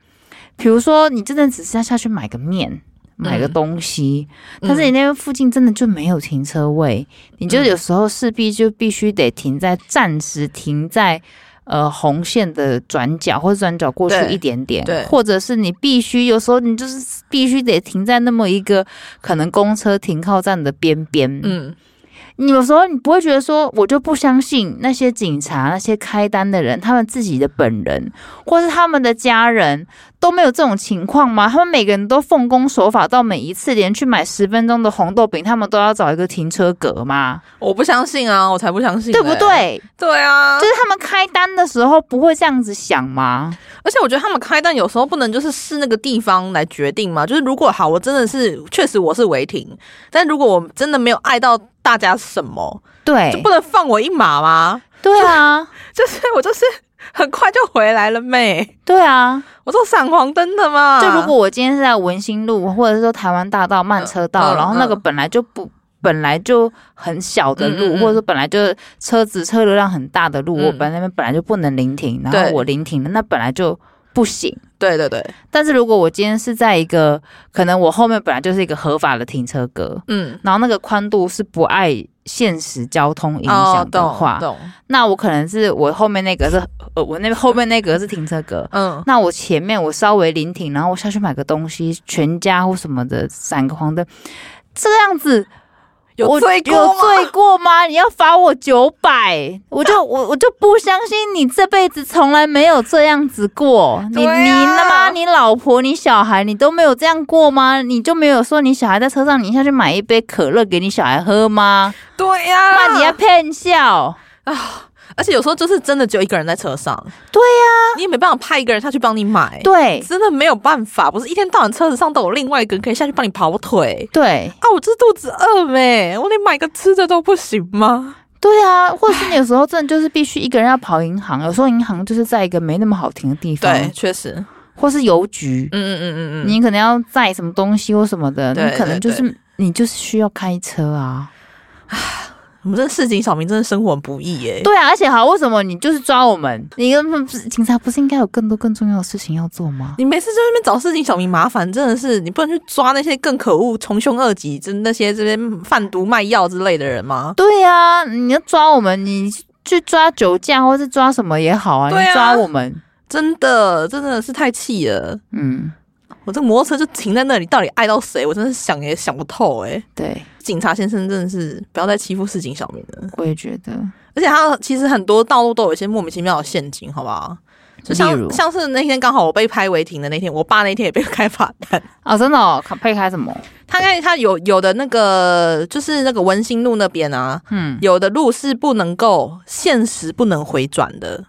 [SPEAKER 2] 比如说你真的只是要下去买个面。买个
[SPEAKER 1] 嗯
[SPEAKER 2] 东西，但是你那边附近真的就没有停车位，你就
[SPEAKER 1] 嗯
[SPEAKER 2] 有时候势必就必须得停在暂时停在呃红线的转角或者转角过去
[SPEAKER 1] 对
[SPEAKER 2] 一点点
[SPEAKER 1] 对，
[SPEAKER 2] 或者是你必须有时候你就是必须得停在那么一个可能公车停靠站的边边，
[SPEAKER 1] 嗯，
[SPEAKER 2] 你有时候你不会觉得说，我就不相信那些警察、那些开单的人，他们自己的本人或是他们的家人都没有这种情况吗？他们每个人都奉公守法，到每一次连去买十分钟的红豆饼，他们都要找一个停车格吗？
[SPEAKER 1] 我不相信啊，我才不相信、
[SPEAKER 2] 对不？对？
[SPEAKER 1] 对啊，
[SPEAKER 2] 就是他们开单的时候不会这样子想吗？
[SPEAKER 1] 而且我觉得他们开单有时候不能就是视那个地方来决定嘛，就是如果好，我真的是确实我是违停，但如果我真的没有爱到大家什么，
[SPEAKER 2] 对
[SPEAKER 1] 就，不能放我一马吗？
[SPEAKER 2] 对啊，
[SPEAKER 1] 就是我就是很快就回来了妹。
[SPEAKER 2] 对啊，
[SPEAKER 1] 我说闪黄灯的嘛，
[SPEAKER 2] 就如果我今天是在文心路，或者是说台湾大道慢车道，
[SPEAKER 1] 嗯嗯
[SPEAKER 2] 然后那个本来就不。本来就很小的路，
[SPEAKER 1] 嗯嗯嗯
[SPEAKER 2] 或者说本来就车子车流量很大的路，
[SPEAKER 1] 嗯
[SPEAKER 2] 我本来那边本来就不能临停，然
[SPEAKER 1] 对
[SPEAKER 2] 后我临停了，那本来就不行。
[SPEAKER 1] 对对对，
[SPEAKER 2] 但是如果我今天是在一个可能我后面本来就是一个合法的停车格，
[SPEAKER 1] 嗯，
[SPEAKER 2] 然后那个宽度是不爱现实交通影
[SPEAKER 1] 哦
[SPEAKER 2] 响，的话，
[SPEAKER 1] 懂懂，
[SPEAKER 2] 那我可能是我后面那个是呃我那边后面那个是停车格，
[SPEAKER 1] 嗯
[SPEAKER 2] 那我前面我稍微临停，然后我下去买个东西，全家或什么的闪个黄灯，这样子
[SPEAKER 1] 有
[SPEAKER 2] 我
[SPEAKER 1] 罪过
[SPEAKER 2] 有
[SPEAKER 1] 吗
[SPEAKER 2] 罪过吗？你要罚我九百，我就我我就不相信你这辈子从来没有这样子过。你、
[SPEAKER 1] 对啊
[SPEAKER 2] 你他妈你老婆你小孩你都没有这样过吗？你就没有说你小孩在车上，你下去买一杯可乐给你小孩喝吗？
[SPEAKER 1] 对呀、
[SPEAKER 2] 那你要骗笑。
[SPEAKER 1] 而且有时候就是真的只有一个人在车上，
[SPEAKER 2] 对
[SPEAKER 1] 呀、你也没办法派一个人下去帮你买，
[SPEAKER 2] 对
[SPEAKER 1] 真的没有办法，不是一天到晚车子上都有另外一个人可以下去帮你跑腿
[SPEAKER 2] 对
[SPEAKER 1] 啊！我这肚子饿没，我连买个吃的都不行吗？
[SPEAKER 2] 对啊，或者是你有时候真的就是必须一个人要跑银行，有时候银行就是在一个没那么好停的地方，
[SPEAKER 1] 对，，确实，
[SPEAKER 2] 或是邮局
[SPEAKER 1] 嗯，嗯嗯嗯嗯，
[SPEAKER 2] 你可能要载什么东西或什么的，
[SPEAKER 1] 对
[SPEAKER 2] 你可能
[SPEAKER 1] 对
[SPEAKER 2] 就是你就是需要开车啊。
[SPEAKER 1] 我们真的市井小民真的生活很不易耶、
[SPEAKER 2] 对啊，而且好，为什么你就是抓我们？你根本不是警察，不是应该有更多更重要的事情要做吗？
[SPEAKER 1] 你每次在那边找市井小民麻烦，真的是你不能去抓那些更可恶、穷凶恶极，就是那些这边贩毒卖药之类的人吗？
[SPEAKER 2] 对啊，你要抓我们，你去抓酒驾或是抓什么也好啊，
[SPEAKER 1] 对啊
[SPEAKER 2] 你抓我们，
[SPEAKER 1] 真的，真的是太气了！
[SPEAKER 2] 嗯，
[SPEAKER 1] 我这个摩托车就停在那里，到底爱到谁？我真的是想也想不透哎、
[SPEAKER 2] 对，
[SPEAKER 1] 警察先生真的是不要再欺负市井小民了，
[SPEAKER 2] 我也觉得，
[SPEAKER 1] 而且他其实很多道路都有一些莫名其妙的陷阱，好不好？就
[SPEAKER 2] 例
[SPEAKER 1] 像
[SPEAKER 2] 如
[SPEAKER 1] 像是那天刚好我被拍违停的那天，我爸那天也被开罚 单。
[SPEAKER 2] 哦，真的哦，卡配开什么？
[SPEAKER 1] 他看他有有的那个就是那个文心路那边啊，
[SPEAKER 2] 嗯，
[SPEAKER 1] 有的路是不能够限时不能回转的，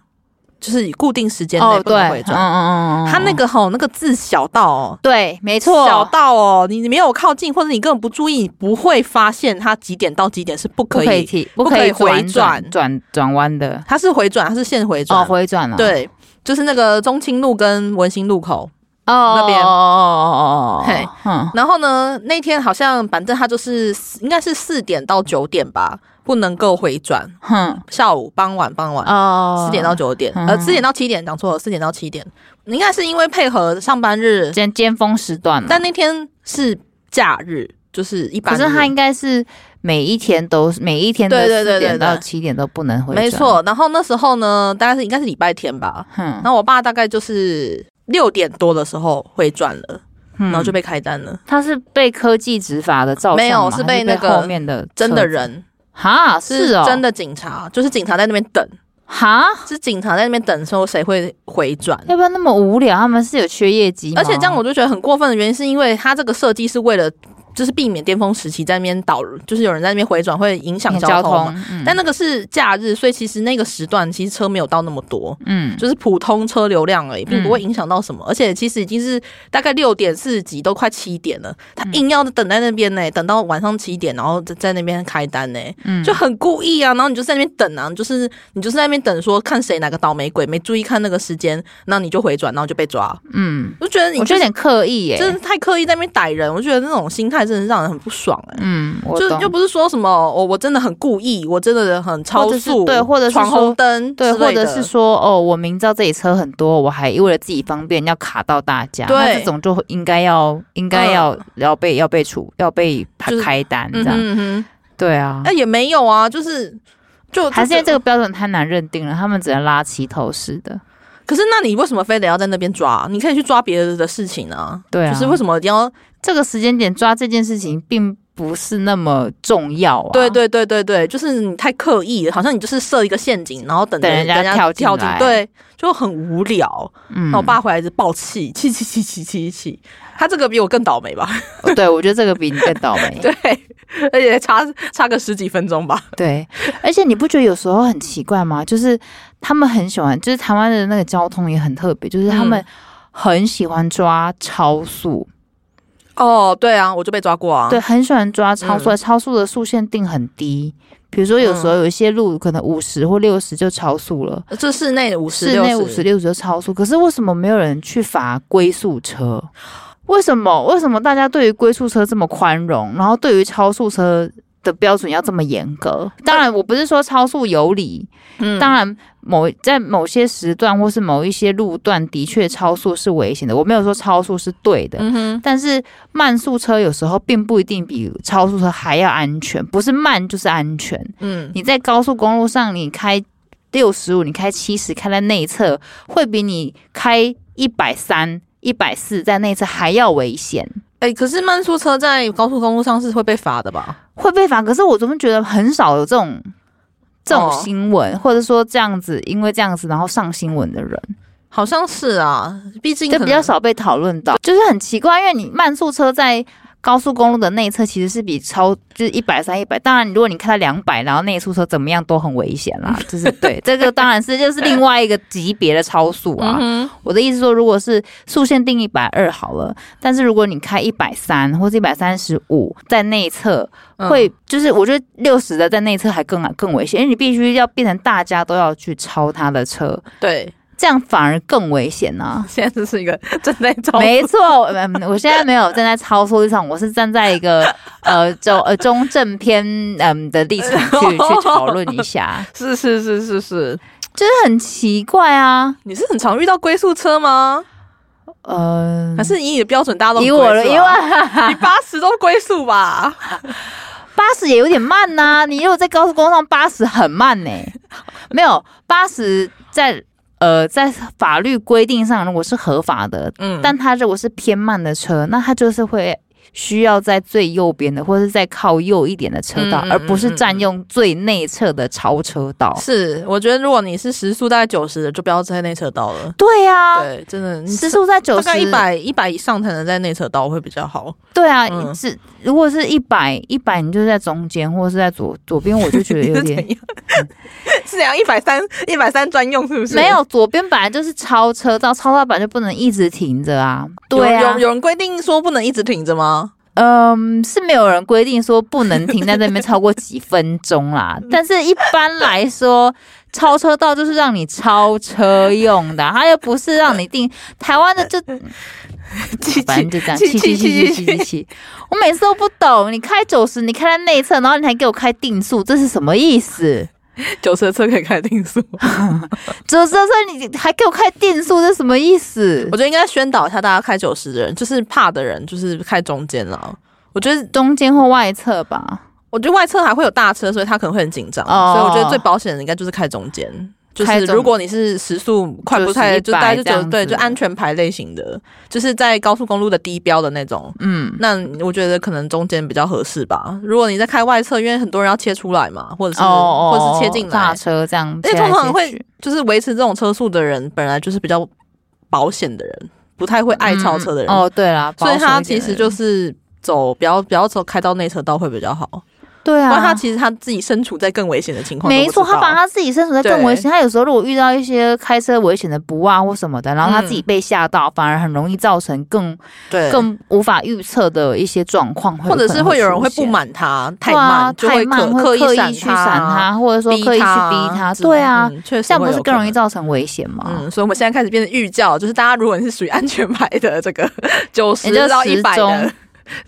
[SPEAKER 1] 就是固定时间内不能回
[SPEAKER 2] 嗯
[SPEAKER 1] 转。
[SPEAKER 2] 嗯嗯嗯，
[SPEAKER 1] 他那个吼那个字小到哦，
[SPEAKER 2] 对，没错，
[SPEAKER 1] 小到哦，你你没有靠近或者你根本不注意，你不会发现它几点到几点是不
[SPEAKER 2] 不
[SPEAKER 1] 可
[SPEAKER 2] 可以
[SPEAKER 1] 以。
[SPEAKER 2] 提，
[SPEAKER 1] 不
[SPEAKER 2] 不
[SPEAKER 1] 可
[SPEAKER 2] 可
[SPEAKER 1] 以
[SPEAKER 2] 以
[SPEAKER 1] 回
[SPEAKER 2] 转
[SPEAKER 1] 转
[SPEAKER 2] 转转弯的，
[SPEAKER 1] 它是回转，它是限回转。
[SPEAKER 2] 哦，回转了，
[SPEAKER 1] 对，就是那个中清路跟文心路口。
[SPEAKER 2] 哦，
[SPEAKER 1] 那边
[SPEAKER 2] 哦哦哦哦哦，
[SPEAKER 1] 嘿
[SPEAKER 2] 嗯，
[SPEAKER 1] 然后呢，那天好像反正他就是应该是四点到九点吧，不能够回转。
[SPEAKER 2] 哼，
[SPEAKER 1] 下午、傍晚、傍晚，
[SPEAKER 2] 哦，
[SPEAKER 1] 四点到九点，
[SPEAKER 2] 嗯
[SPEAKER 1] 呃，四点到七点，讲错了，四点到七点，应该是因为配合上班日，
[SPEAKER 2] 哦尖尖峰时段了，
[SPEAKER 1] 但那天是假日，就是一般
[SPEAKER 2] 可
[SPEAKER 1] 日。
[SPEAKER 2] 是他应该是每一天都是每一天的
[SPEAKER 1] 对对对
[SPEAKER 2] 四
[SPEAKER 1] 对
[SPEAKER 2] 点到
[SPEAKER 1] 对
[SPEAKER 2] 七点都不能回转，
[SPEAKER 1] 没，错。然后那时候呢，大概是应该是礼拜天吧，
[SPEAKER 2] 哼
[SPEAKER 1] 然，后我爸大概就是六点多的时候回转了，然
[SPEAKER 2] 然
[SPEAKER 1] 后就被开单了，
[SPEAKER 2] 他是被科技执法的照相吗
[SPEAKER 1] 没有
[SPEAKER 2] 还
[SPEAKER 1] 是
[SPEAKER 2] 是
[SPEAKER 1] 被那个
[SPEAKER 2] 后面的
[SPEAKER 1] 真的
[SPEAKER 2] 车
[SPEAKER 1] 人
[SPEAKER 2] 哈是哦
[SPEAKER 1] 真的警察，就是警察在那边等，
[SPEAKER 2] 哈，
[SPEAKER 1] 是警察在那边等，说谁会回转。
[SPEAKER 2] 要不然那么无聊，他们是有缺业绩吗，
[SPEAKER 1] 而且这样我就觉得很过分的原因，是因为它这个设计是为了就是避免巅峰时期在那边导，就是有人在那边回转会影响
[SPEAKER 2] 免
[SPEAKER 1] 交
[SPEAKER 2] 交
[SPEAKER 1] 通
[SPEAKER 2] 通
[SPEAKER 1] 嘛。，
[SPEAKER 2] 嗯
[SPEAKER 1] 但那个是假日，所以其实那个时段其实车没有到那么多，
[SPEAKER 2] 嗯
[SPEAKER 1] 就是普通车流量而已，并不会影响到什么。而且其实已经是大概六点四十几，都快七点
[SPEAKER 2] 嗯
[SPEAKER 1] 了，他硬要等在那边呢、等到晚上七点，然后在在那边开单呢、
[SPEAKER 2] 嗯
[SPEAKER 1] 就很故意啊，然后你就在那边等啊，你就是你就是在那边等，说看谁哪个倒霉鬼没注意看那个时间，那你就回转，然后就被抓。
[SPEAKER 2] 嗯，
[SPEAKER 1] 我就觉得你
[SPEAKER 2] 我觉
[SPEAKER 1] 就
[SPEAKER 2] 得有
[SPEAKER 1] 是
[SPEAKER 2] 点刻意耶，
[SPEAKER 1] 真的太刻意在那边逮人，我觉得那种心态真的让人很不爽哎、
[SPEAKER 2] 嗯，我
[SPEAKER 1] 就
[SPEAKER 2] 懂
[SPEAKER 1] 就不是说什么哦我我真的很故意，我真的很超
[SPEAKER 2] 或者是
[SPEAKER 1] 速，
[SPEAKER 2] 对或者是
[SPEAKER 1] 闯
[SPEAKER 2] 说
[SPEAKER 1] 红灯之
[SPEAKER 2] 对，
[SPEAKER 1] 类的，
[SPEAKER 2] 或者是说哦，我明知道这里车很多，我还为了自己方便要卡到大家，
[SPEAKER 1] 对嗯
[SPEAKER 2] 那这种就应该要应该要、要被要被处要被
[SPEAKER 1] 就是
[SPEAKER 2] 开单这
[SPEAKER 1] 嗯
[SPEAKER 2] 样，
[SPEAKER 1] 哼嗯哼，
[SPEAKER 2] 对啊
[SPEAKER 1] 那、。也没有啊，就是就
[SPEAKER 2] 还是因为这
[SPEAKER 1] 个，
[SPEAKER 2] 个标准太难认定了，他们只能拉齐头式的，
[SPEAKER 1] 可是那你为什么非得要在那边抓？啊你可以去抓别的的事情啊，
[SPEAKER 2] 对啊。
[SPEAKER 1] 就是为什么一定要？
[SPEAKER 2] 这个时间点抓这件事情并不是那么重要啊。
[SPEAKER 1] 对，对对对对，就是你太刻意了，好像你就是设一个陷阱，然后等着
[SPEAKER 2] 等人家
[SPEAKER 1] 家
[SPEAKER 2] 跳进
[SPEAKER 1] 跳进
[SPEAKER 2] 来，
[SPEAKER 1] 对，就很无聊。
[SPEAKER 2] 嗯
[SPEAKER 1] 那我爸回来就爆气， 气气气气气气，他这个比我更倒霉吧？
[SPEAKER 2] 对我觉得这个比你更倒霉。
[SPEAKER 1] 对，而且差差个十几分钟 吧。
[SPEAKER 2] 对，而且你不觉得有时候很奇怪吗？就是他们很喜欢，就是台湾的那个交通也很特别，就是他们
[SPEAKER 1] 嗯
[SPEAKER 2] 很喜欢抓超速，
[SPEAKER 1] 哦，对啊，我就被抓过啊。
[SPEAKER 2] 对，，很喜欢抓超速，
[SPEAKER 1] 嗯
[SPEAKER 2] 超速的速限定很低。比如说有时候有一些路可能五十或六十就超速了，
[SPEAKER 1] 这室内五十
[SPEAKER 2] 室内五十、六十就超速，可是为什么没有人去罚龟速车？为什么？为什么大家对于龟速车这么宽容，然后对于超速车的标准要这么严格？当然，我不是说超速有理，
[SPEAKER 1] 嗯
[SPEAKER 2] 当然某在某些时段或是某一些路段的确超速是危险的，我没有说超速是对的，
[SPEAKER 1] 嗯哼，
[SPEAKER 2] 但是慢速车有时候并不一定比超速车还要安全，不是慢就是安全。
[SPEAKER 1] 嗯，
[SPEAKER 2] 你在高速公路上，你开六十五，你开七十，开在内侧，会比你开一百三、一百四在内侧还要危险，
[SPEAKER 1] 哎、可是慢速车在高速公路上是会被罚的吧？
[SPEAKER 2] 会被罚。可是我怎么觉得很少有这种这种
[SPEAKER 1] 哦
[SPEAKER 2] 新闻，或者说这样子，因为这样子然后上新闻的人，
[SPEAKER 1] 好像是啊，毕竟
[SPEAKER 2] 就
[SPEAKER 1] 可
[SPEAKER 2] 比较
[SPEAKER 1] 能
[SPEAKER 2] 少被讨论到，就是很奇怪，因为你慢速车在。高速公路的内侧其实是比超就是一百三一百，当然如果你开到两百，然后内速车怎么样都很危险啦，就是对这个当然是就是另外一个级别的超速啊。
[SPEAKER 1] 嗯哼，
[SPEAKER 2] 我的意思说，如果是速限定一百二好了，但是如果你开一百三或者一百三十五，在内侧
[SPEAKER 1] 嗯
[SPEAKER 2] 会、就是，我觉得六十的在内侧还更啊更危险，因为你必须要变成大家都要去超他的车，
[SPEAKER 1] 对，
[SPEAKER 2] 这样反而更危险啊。
[SPEAKER 1] 现在这是一个正在招
[SPEAKER 2] 没错，嗯我现在没有站在超速立场，我是站在一个呃中呃中正偏嗯的立场去去讨论一下，
[SPEAKER 1] 是是是是是，
[SPEAKER 2] 就是很奇怪啊，
[SPEAKER 1] 你是很常遇到龟速车吗？
[SPEAKER 2] 呃
[SPEAKER 1] 还，是以你的标准大家都很
[SPEAKER 2] 以我
[SPEAKER 1] 龟
[SPEAKER 2] 的
[SPEAKER 1] 速啊
[SPEAKER 2] 因 为。
[SPEAKER 1] 你八十都龟速 吧？
[SPEAKER 2] 八十也有点慢呐、你如果在高速公路上八十很慢呢、没有八十在呃在法律规定上如果是合法的，
[SPEAKER 1] 嗯
[SPEAKER 2] 但它如果是偏慢的车，那它就是会。需要在最右边的，或是在靠右一点的车道，
[SPEAKER 1] 嗯嗯嗯嗯
[SPEAKER 2] 而不是占用最内侧的超车道。
[SPEAKER 1] 是，我觉得如果你是时速大概九十的，就不要在内侧道了。
[SPEAKER 2] 对呀、啊，
[SPEAKER 1] 对，真的，你
[SPEAKER 2] 时速在九
[SPEAKER 1] 大概，
[SPEAKER 2] 十
[SPEAKER 1] 一百一百以上才能在内侧道会比较好。
[SPEAKER 2] 对啊，
[SPEAKER 1] 嗯
[SPEAKER 2] 是如果是一百一百，你就在中间或是在左左边，我就觉得
[SPEAKER 1] 你
[SPEAKER 2] 有
[SPEAKER 1] 是
[SPEAKER 2] 点
[SPEAKER 1] 怎样？是怎样？一百三一百三专用是不是？
[SPEAKER 2] 没有，左边本来就是超车道，超道本来就不能一直停着啊。
[SPEAKER 1] 有，
[SPEAKER 2] 对啊
[SPEAKER 1] 有，有人规定说不能一直挺着吗？
[SPEAKER 2] 嗯，是没有人规定说不能停在那边超过几分钟啦。但是一般来说，超车道就是让你超车用的啊，它又不是让你定。台湾的就反正就这样，
[SPEAKER 1] 气
[SPEAKER 2] 气
[SPEAKER 1] 气
[SPEAKER 2] 气气气
[SPEAKER 1] 气
[SPEAKER 2] 气气气。我每次都不懂，你开九十，你开在内侧，然后你还给我开定速，这是什么意思？
[SPEAKER 1] 九十的车可以开定速。
[SPEAKER 2] 九十的车你还给我开定速，这是什么意思
[SPEAKER 1] 我？觉得应该宣导一下大家开九十的人，就是怕的人就是开中间啦。我觉得，
[SPEAKER 2] 中间或外侧吧。
[SPEAKER 1] 我觉得外侧还会有大车，所以他可能会很紧张。
[SPEAKER 2] 哦
[SPEAKER 1] 所以我觉得最保险的应该就是开中间。就
[SPEAKER 2] 开
[SPEAKER 1] 是
[SPEAKER 2] 中
[SPEAKER 1] 如果你是时速快不太，
[SPEAKER 2] 90
[SPEAKER 1] 就大概就
[SPEAKER 2] 100这
[SPEAKER 1] 九
[SPEAKER 2] 样
[SPEAKER 1] 对，
[SPEAKER 2] 子
[SPEAKER 1] 就安全牌类型的，就是在高速公路的低标的那种。
[SPEAKER 2] 嗯，
[SPEAKER 1] 那我觉得可能中间比较合适吧。如果你在开外侧，因为很多人要切出来嘛，或者是、
[SPEAKER 2] 哦
[SPEAKER 1] 或者是切进
[SPEAKER 2] 大
[SPEAKER 1] 来，
[SPEAKER 2] 车这样，
[SPEAKER 1] 因为
[SPEAKER 2] 切来
[SPEAKER 1] 通常
[SPEAKER 2] 切
[SPEAKER 1] 会
[SPEAKER 2] 去
[SPEAKER 1] 就是维持这种车速的人，本来就是比较保险的人，不太会爱超车的人，
[SPEAKER 2] 嗯哦，对啦，
[SPEAKER 1] 所以
[SPEAKER 2] 保守
[SPEAKER 1] 他
[SPEAKER 2] 一点
[SPEAKER 1] 其
[SPEAKER 2] 的
[SPEAKER 1] 实
[SPEAKER 2] 人
[SPEAKER 1] 就是走不要不要走开到内车道会比较好，
[SPEAKER 2] 对
[SPEAKER 1] 不
[SPEAKER 2] 啊，
[SPEAKER 1] 然他其实他自己身处在更危险的情况都不知
[SPEAKER 2] 没
[SPEAKER 1] 道。
[SPEAKER 2] 错，他把他自己身处在更危险。他有时候如果遇到一些开车危险的不啊或什么的，然后他自己被吓到，反而很容易造成更
[SPEAKER 1] 嗯对。
[SPEAKER 2] 更无法预测的一些状况，
[SPEAKER 1] 或者是会有人会不
[SPEAKER 2] 满。
[SPEAKER 1] 满他，太
[SPEAKER 2] 对啊
[SPEAKER 1] 慢就
[SPEAKER 2] 太
[SPEAKER 1] 会
[SPEAKER 2] 慢
[SPEAKER 1] 刻
[SPEAKER 2] 会
[SPEAKER 1] 刻
[SPEAKER 2] 刻
[SPEAKER 1] 意闪
[SPEAKER 2] 去闪他，或者说
[SPEAKER 1] 逼
[SPEAKER 2] 刻意去逼
[SPEAKER 1] 他
[SPEAKER 2] 他，，对啊，
[SPEAKER 1] 嗯，确实
[SPEAKER 2] 这样不
[SPEAKER 1] 会
[SPEAKER 2] 是
[SPEAKER 1] 有
[SPEAKER 2] 更
[SPEAKER 1] 可
[SPEAKER 2] 容易
[SPEAKER 1] 能
[SPEAKER 2] 造成危险吗？
[SPEAKER 1] 嗯，所以我们现在开始变成预教，就是大家如果你是属于安全牌的这个 九十
[SPEAKER 2] 也就是
[SPEAKER 1] 到一百
[SPEAKER 2] 时钟
[SPEAKER 1] 的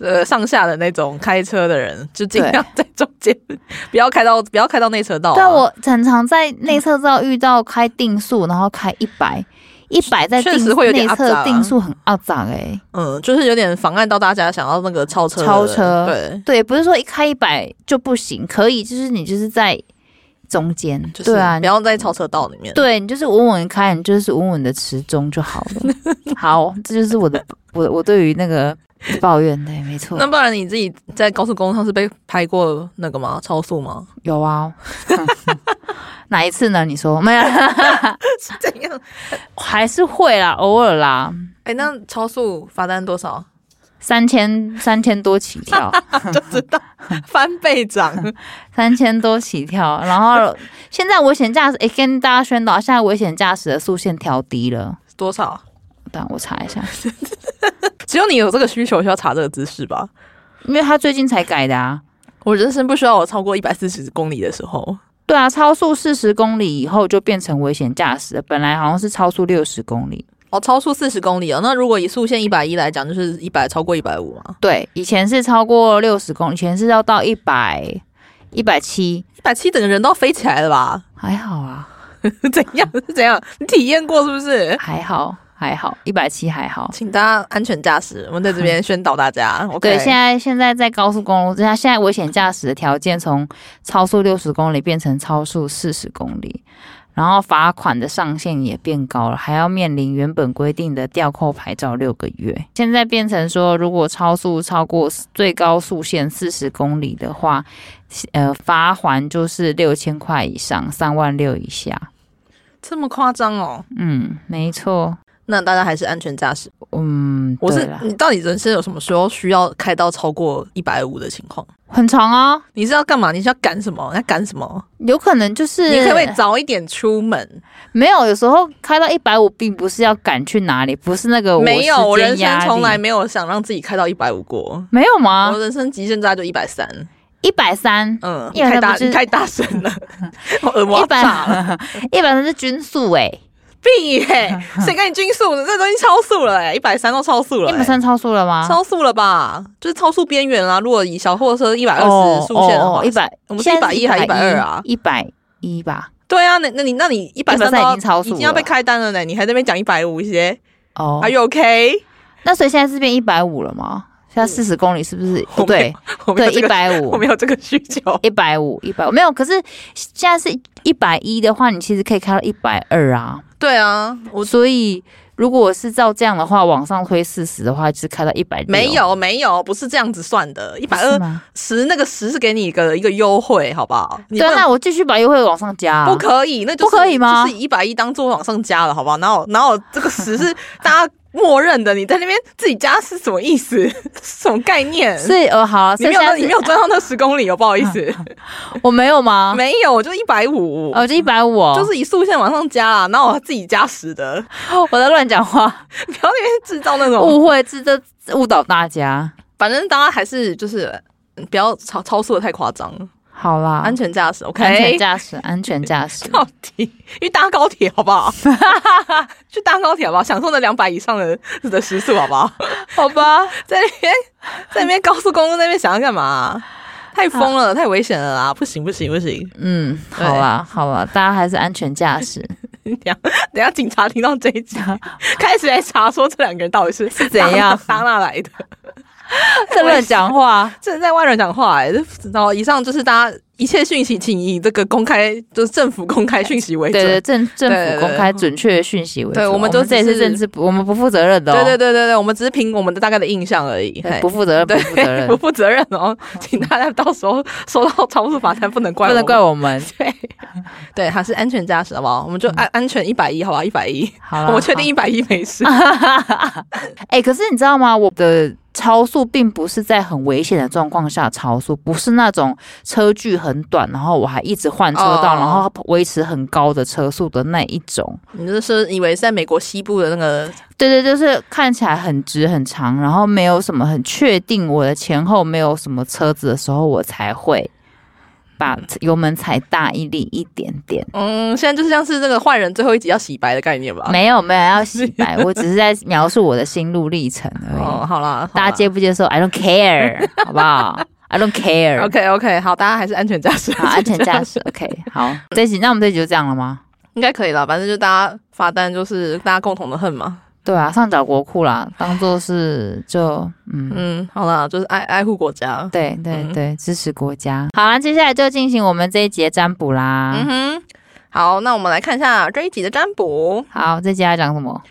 [SPEAKER 1] 呃上下的那种开车的人，就尽
[SPEAKER 2] 对
[SPEAKER 1] 量在中间，不要开到不要开到内车道、啊。
[SPEAKER 2] 但我常常在内侧道遇到开定速，然后开一百，一百在
[SPEAKER 1] 确
[SPEAKER 2] 定
[SPEAKER 1] 实会有点啊
[SPEAKER 2] 内
[SPEAKER 1] 肮
[SPEAKER 2] 侧
[SPEAKER 1] 脏
[SPEAKER 2] 定速很肮脏哎、
[SPEAKER 1] 嗯，就是有点妨碍到大家想要那个超车的人
[SPEAKER 2] 超车
[SPEAKER 1] 对。
[SPEAKER 2] 对，不是说一开一百就不行，可以，就是你就是在中间，
[SPEAKER 1] 就是
[SPEAKER 2] 对啊
[SPEAKER 1] 不，要在超车道里面。
[SPEAKER 2] 对你就是稳稳开，你就是稳稳的持中就好了。 好，这就是我的我我对于那个抱怨，对，没错
[SPEAKER 1] 那，不然你自己在高速公路上是被拍过那个吗？超速吗？
[SPEAKER 2] 有啊。 哪一次呢？你说没有，
[SPEAKER 1] 是怎样？
[SPEAKER 2] 还是会啦，偶尔啦，
[SPEAKER 1] 哎、那超速罚单多少？
[SPEAKER 2] 三千三千多起跳。
[SPEAKER 1] 就知道翻倍涨。
[SPEAKER 2] 三千多起跳，然后现在危险驾驶，诶，跟大家宣导，现在危险驾驶的速限调低了。
[SPEAKER 1] 多少？
[SPEAKER 2] 等我查一下，
[SPEAKER 1] 只有你有这个需求需要查这个姿势吧？
[SPEAKER 2] 因为他最近才改的啊。
[SPEAKER 1] 我人生不需要我超过一百四十公里的时候，
[SPEAKER 2] 对啊，超速四十公里以后就变成危险驾驶了，本来好像是超速六十公里。
[SPEAKER 1] 哦，超速四十公里哦。那如果以速限一百一来讲，就是一百超过一百五嘛，
[SPEAKER 2] 对，以前是超过六十公里，以前是要到一百一百七，
[SPEAKER 1] 一百七整个人都要飞起来了吧？
[SPEAKER 2] 还好啊，
[SPEAKER 1] 怎样是怎样？你体验过是不是？
[SPEAKER 2] 还好还好，一百七还好。
[SPEAKER 1] 请大家安全驾驶，我们在这边宣导大 家。OK，
[SPEAKER 2] 对，现在现在在高速公路之下，现在危险驾驶的条件从超速六十公里变成超速四十公里，然后罚款的上限也变高了，还要面临原本规定的吊扣牌照六个月。现在变成说，如果超速超过最高速限四十公里的话，呃，罚还就是六千块以上，三万六以下。
[SPEAKER 1] 这么夸张哦？
[SPEAKER 2] 嗯，没错，
[SPEAKER 1] 那大家还是安全驾驶。
[SPEAKER 2] 嗯，
[SPEAKER 1] 我
[SPEAKER 2] 对
[SPEAKER 1] 是
[SPEAKER 2] 啦
[SPEAKER 1] 你到底人生有什么时候需要开到超过一百五的情况？
[SPEAKER 2] 很长哦，
[SPEAKER 1] 你是要干嘛？你是要赶什么？要赶什么？
[SPEAKER 2] 有可能就是
[SPEAKER 1] 你可不可以早一点出门？
[SPEAKER 2] 没有，有时候开到一百五，并不是要赶去哪里，不是那个
[SPEAKER 1] 没有，我
[SPEAKER 2] 哦我时
[SPEAKER 1] 人
[SPEAKER 2] 间
[SPEAKER 1] 生
[SPEAKER 2] 压力啊
[SPEAKER 1] 从来没有想让自己开到一百五过。
[SPEAKER 2] 没有
[SPEAKER 1] 我
[SPEAKER 2] 吗？
[SPEAKER 1] 人生极限大概就一百三，
[SPEAKER 2] 一百三，
[SPEAKER 1] 嗯，你
[SPEAKER 2] 因为
[SPEAKER 1] 太
[SPEAKER 2] 那
[SPEAKER 1] 大，
[SPEAKER 2] 不是
[SPEAKER 1] 你太大声 了，我耳膜
[SPEAKER 2] 一
[SPEAKER 1] 要
[SPEAKER 2] 百
[SPEAKER 1] 炸了，
[SPEAKER 2] 一百三是均速哎、
[SPEAKER 1] 屁耶、谁跟你均速？这东西超速了哎、1一百三都超速了、
[SPEAKER 2] 一
[SPEAKER 1] 欸，
[SPEAKER 2] 百三超速了吗？
[SPEAKER 1] 超速了吧？就是超速边缘啊啦。如果以小货车一百二十速限的话，
[SPEAKER 2] 哦一百，
[SPEAKER 1] 我们是110还120啊
[SPEAKER 2] 一百一吧。
[SPEAKER 1] 对啊，那那你那你一百三
[SPEAKER 2] 130已经超速
[SPEAKER 1] 已经要被开单了呢，你还在那边讲一百五一些
[SPEAKER 2] 哦，
[SPEAKER 1] ，Are you OK？
[SPEAKER 2] 那所以现在是变一百五了吗？现在四十公里是不是？不哦对，
[SPEAKER 1] 我没有
[SPEAKER 2] 对，
[SPEAKER 1] 这
[SPEAKER 2] 一
[SPEAKER 1] 个，
[SPEAKER 2] 百
[SPEAKER 1] 我
[SPEAKER 2] 五
[SPEAKER 1] 没，有这个需求。
[SPEAKER 2] 一百五，一百五没有。可是现在是一百一的话，你其实可以开到一百二啊。
[SPEAKER 1] 对啊，我
[SPEAKER 2] 所以如果是照这样的话，往上推四十的话，就是开到一百
[SPEAKER 1] 没有没有，不是这样子算的，一百二
[SPEAKER 2] 吗？
[SPEAKER 1] 十那个十是给你一个一个优惠，好不好？你
[SPEAKER 2] 对
[SPEAKER 1] 不
[SPEAKER 2] 啊，
[SPEAKER 1] 能
[SPEAKER 2] 那我继续把优惠往上加、啊。
[SPEAKER 1] 不可以，那就是
[SPEAKER 2] 不可以吗
[SPEAKER 1] 就是一百一当做往上加了，好不好？哪有哪有这个十是大家默认的？你在那边自己加是什么意思？ 什么概念？
[SPEAKER 2] 所以呃，好啊，
[SPEAKER 1] 你
[SPEAKER 2] 所
[SPEAKER 1] 没
[SPEAKER 2] 以
[SPEAKER 1] 有
[SPEAKER 2] 现
[SPEAKER 1] 到
[SPEAKER 2] 在
[SPEAKER 1] 你
[SPEAKER 2] 是
[SPEAKER 1] 没有钻到那十公里哦，不好意思，
[SPEAKER 2] 我没有吗？
[SPEAKER 1] 没有，我就一百五，
[SPEAKER 2] 嗯哦，就一百五，
[SPEAKER 1] 就是以速线往上加啦，然后我自己加十的，
[SPEAKER 2] 我在乱讲话，
[SPEAKER 1] 不要那边制造那种，
[SPEAKER 2] 误会这这误导大家。
[SPEAKER 1] 反正大家还是就是嗯不要超超速的太夸张，
[SPEAKER 2] 好啦，
[SPEAKER 1] 安全驾驶，OK，
[SPEAKER 2] 安 全驾驶，安全驾驶。
[SPEAKER 1] 到底去搭高铁好不好？ 去搭高铁好不好？享受那两百以上的的时速好不 好？
[SPEAKER 2] 好吧，
[SPEAKER 1] 在那边在那边高速公路那边想要干嘛、太疯了，太危险了啦！不行不行不行！
[SPEAKER 2] 嗯，好啦，好啦，大家还是安全 驾驶。
[SPEAKER 1] 等一下等一下，警察听到这一 集，开始来查说这两个人到底是是
[SPEAKER 2] 怎样
[SPEAKER 1] 打哪来的？
[SPEAKER 2] 在乱讲话，
[SPEAKER 1] 正在外人讲话哎、欸，然后以上就是大家一切讯息，请以这个公开就是政府公开讯息为准。
[SPEAKER 2] 对哦对，政政
[SPEAKER 1] 对对
[SPEAKER 2] 府公开准确的讯息为主。
[SPEAKER 1] 对我们就
[SPEAKER 2] 这也
[SPEAKER 1] 只
[SPEAKER 2] 是
[SPEAKER 1] 是
[SPEAKER 2] 政治不，我们不负责任的哦。
[SPEAKER 1] 对对对对对我们只是凭我们的大概的印象而已。嘿
[SPEAKER 2] 对，不负责任，不
[SPEAKER 1] 对
[SPEAKER 2] 负责任
[SPEAKER 1] 不，负责任哦，请大家到时候收到超速罚 单，不能怪
[SPEAKER 2] 不能怪
[SPEAKER 1] 我
[SPEAKER 2] 我们。
[SPEAKER 1] 们。对，对，还是安全驾驶好不好？我们就安安全一百一，好不好？一百一，
[SPEAKER 2] 嗯好啦
[SPEAKER 1] 我确定
[SPEAKER 2] 好
[SPEAKER 1] 一百一没 事。
[SPEAKER 2] 哎、可是你知道吗？我的超速并不是在很危险的状况下超速，不是那种车距很短，然后我还一直换车道
[SPEAKER 1] 哦
[SPEAKER 2] 然后维持很高的车速的那一种。
[SPEAKER 1] 你就是以为是在美国西部的那个
[SPEAKER 2] 对对，就是看起来很直很长，然后没有什么很确定我的前后没有什么车子的时候，我才会把油门踩大一力一点点。
[SPEAKER 1] 嗯，现在就是像是这个坏人最后一集要洗白的概念吧。
[SPEAKER 2] 没有没有 要洗白，我只是在描述我的心路历程而已。
[SPEAKER 1] 哦，好啦，
[SPEAKER 2] 大家接不接受？I don't care，好不好？I don't care。
[SPEAKER 1] OK OK，好，大家还是安全驾驶，
[SPEAKER 2] 好，安全驾驶，OK，好，这一集那我们这一集就这样了吗？
[SPEAKER 1] 应该可以了。反正就大家罚单就是大家共同的恨嘛。
[SPEAKER 2] 对啊，上缴国库啦，当做是就嗯，
[SPEAKER 1] 嗯，好啦，就是爱爱护国家。
[SPEAKER 2] 对对
[SPEAKER 1] 嗯
[SPEAKER 2] 对，支持国家。好啦，接下来就进行我们这一集的占卜
[SPEAKER 1] 嗯
[SPEAKER 2] 啦。
[SPEAKER 1] 哼，好，那我们来看一下这一集的占卜。
[SPEAKER 2] 好，这集要讲什么？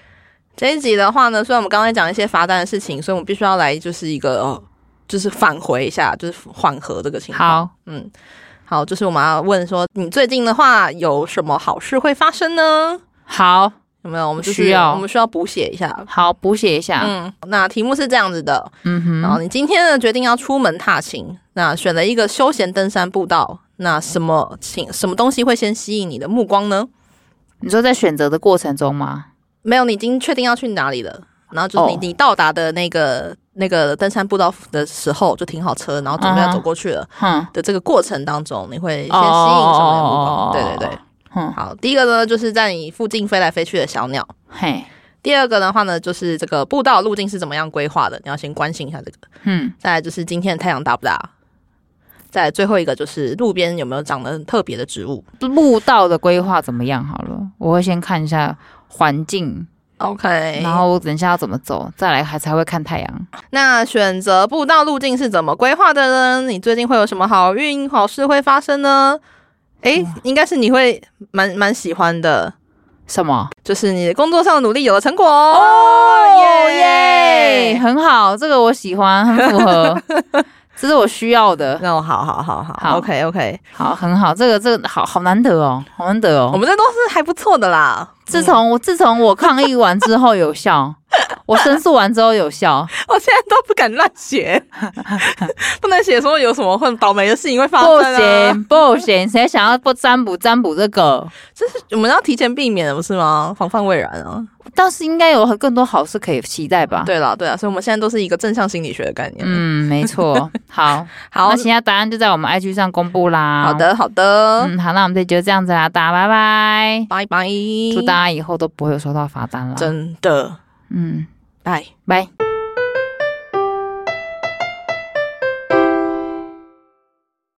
[SPEAKER 1] 这一集的话呢，虽然我们刚才讲一些罚单的事情，所以我们必须要来就是一个、哦、就是返回一下，就是缓和这个情况。，
[SPEAKER 2] 好，
[SPEAKER 1] 嗯，好，就是我们要问说，你最近的话有什么好事会发生呢？
[SPEAKER 2] 好，
[SPEAKER 1] 有没有？我们就是
[SPEAKER 2] 需要
[SPEAKER 1] 我们需要补写一下。
[SPEAKER 2] 好，补写一下。
[SPEAKER 1] 嗯，那题目是这样子的，
[SPEAKER 2] 嗯
[SPEAKER 1] 然后
[SPEAKER 2] 哼，
[SPEAKER 1] 你今天呢决定要出门踏青，那选了一个休闲登山步道，那什么请什么东西会先吸引你的目光呢？
[SPEAKER 2] 你说在选择的过程中吗？
[SPEAKER 1] 没有，你已经确定要去哪里了，然后就是你、
[SPEAKER 2] 哦
[SPEAKER 1] 你到达的那个那个登山步道的时候就停好车，然后准备要走过去了
[SPEAKER 2] 哼，
[SPEAKER 1] 的这个过程当中，你会先吸引什么样的目光？
[SPEAKER 2] 哦，
[SPEAKER 1] 对对对。，
[SPEAKER 2] 哼，
[SPEAKER 1] 好，第一个呢就是在你附近飞来飞去的小鸟。
[SPEAKER 2] 嘿，
[SPEAKER 1] 第二个的话呢，就是这个步道路径是怎么样规划的，你要先关心一下这个。
[SPEAKER 2] 嗯，
[SPEAKER 1] 再来就是今天的太阳大不大。再来最后一个就是路边有没有长得很特别的植物。
[SPEAKER 2] 路道的规划怎么样？好了，我会先看一下环境，
[SPEAKER 1] OK，
[SPEAKER 2] 然后我等一下要怎么走，再来还才会看太阳。
[SPEAKER 1] 那选择步道路径是怎么规划的呢？你最近会有什么好运、好事会发生呢？诶、应该是你会蛮蛮喜欢的，
[SPEAKER 2] 什么？
[SPEAKER 1] 就是你工作上的努力有了成果
[SPEAKER 2] 哦耶，！很好，这个我喜欢，很符 合，这是我需要的。
[SPEAKER 1] 那我哦好好好好
[SPEAKER 2] 好
[SPEAKER 1] o k OK，、
[SPEAKER 2] 好，很好，这个这个好好难得哦，好难得
[SPEAKER 1] 我
[SPEAKER 2] 哦。
[SPEAKER 1] 们这都是还不错的啦。
[SPEAKER 2] 自从我自从我抗议完之后 有效，我申诉完之后有效，
[SPEAKER 1] 我哦现在都不敢乱 写，不能写说有什么很倒霉的事情会发
[SPEAKER 2] 不
[SPEAKER 1] 生、啊。
[SPEAKER 2] 行不行，谁想要不占卜占卜这个？
[SPEAKER 1] 这是我们要提前避免的，不是吗？防范未然啊。
[SPEAKER 2] 倒是应该有更多好事可以期待吧？
[SPEAKER 1] 对了对了，所以我们现在都是一个正向心理学的概念。
[SPEAKER 2] 啊嗯，没错。好，
[SPEAKER 1] 好
[SPEAKER 2] 那，其他答案就在我们 IG 上公布啦。
[SPEAKER 1] 好，的，好的，
[SPEAKER 2] 嗯，好，那我们这集就这样子啦，大家拜拜。
[SPEAKER 1] 拜拜，
[SPEAKER 2] 祝大家以后都不会有收到罚单啦。
[SPEAKER 1] 真的
[SPEAKER 2] 嗯，
[SPEAKER 1] 拜。
[SPEAKER 2] 拜。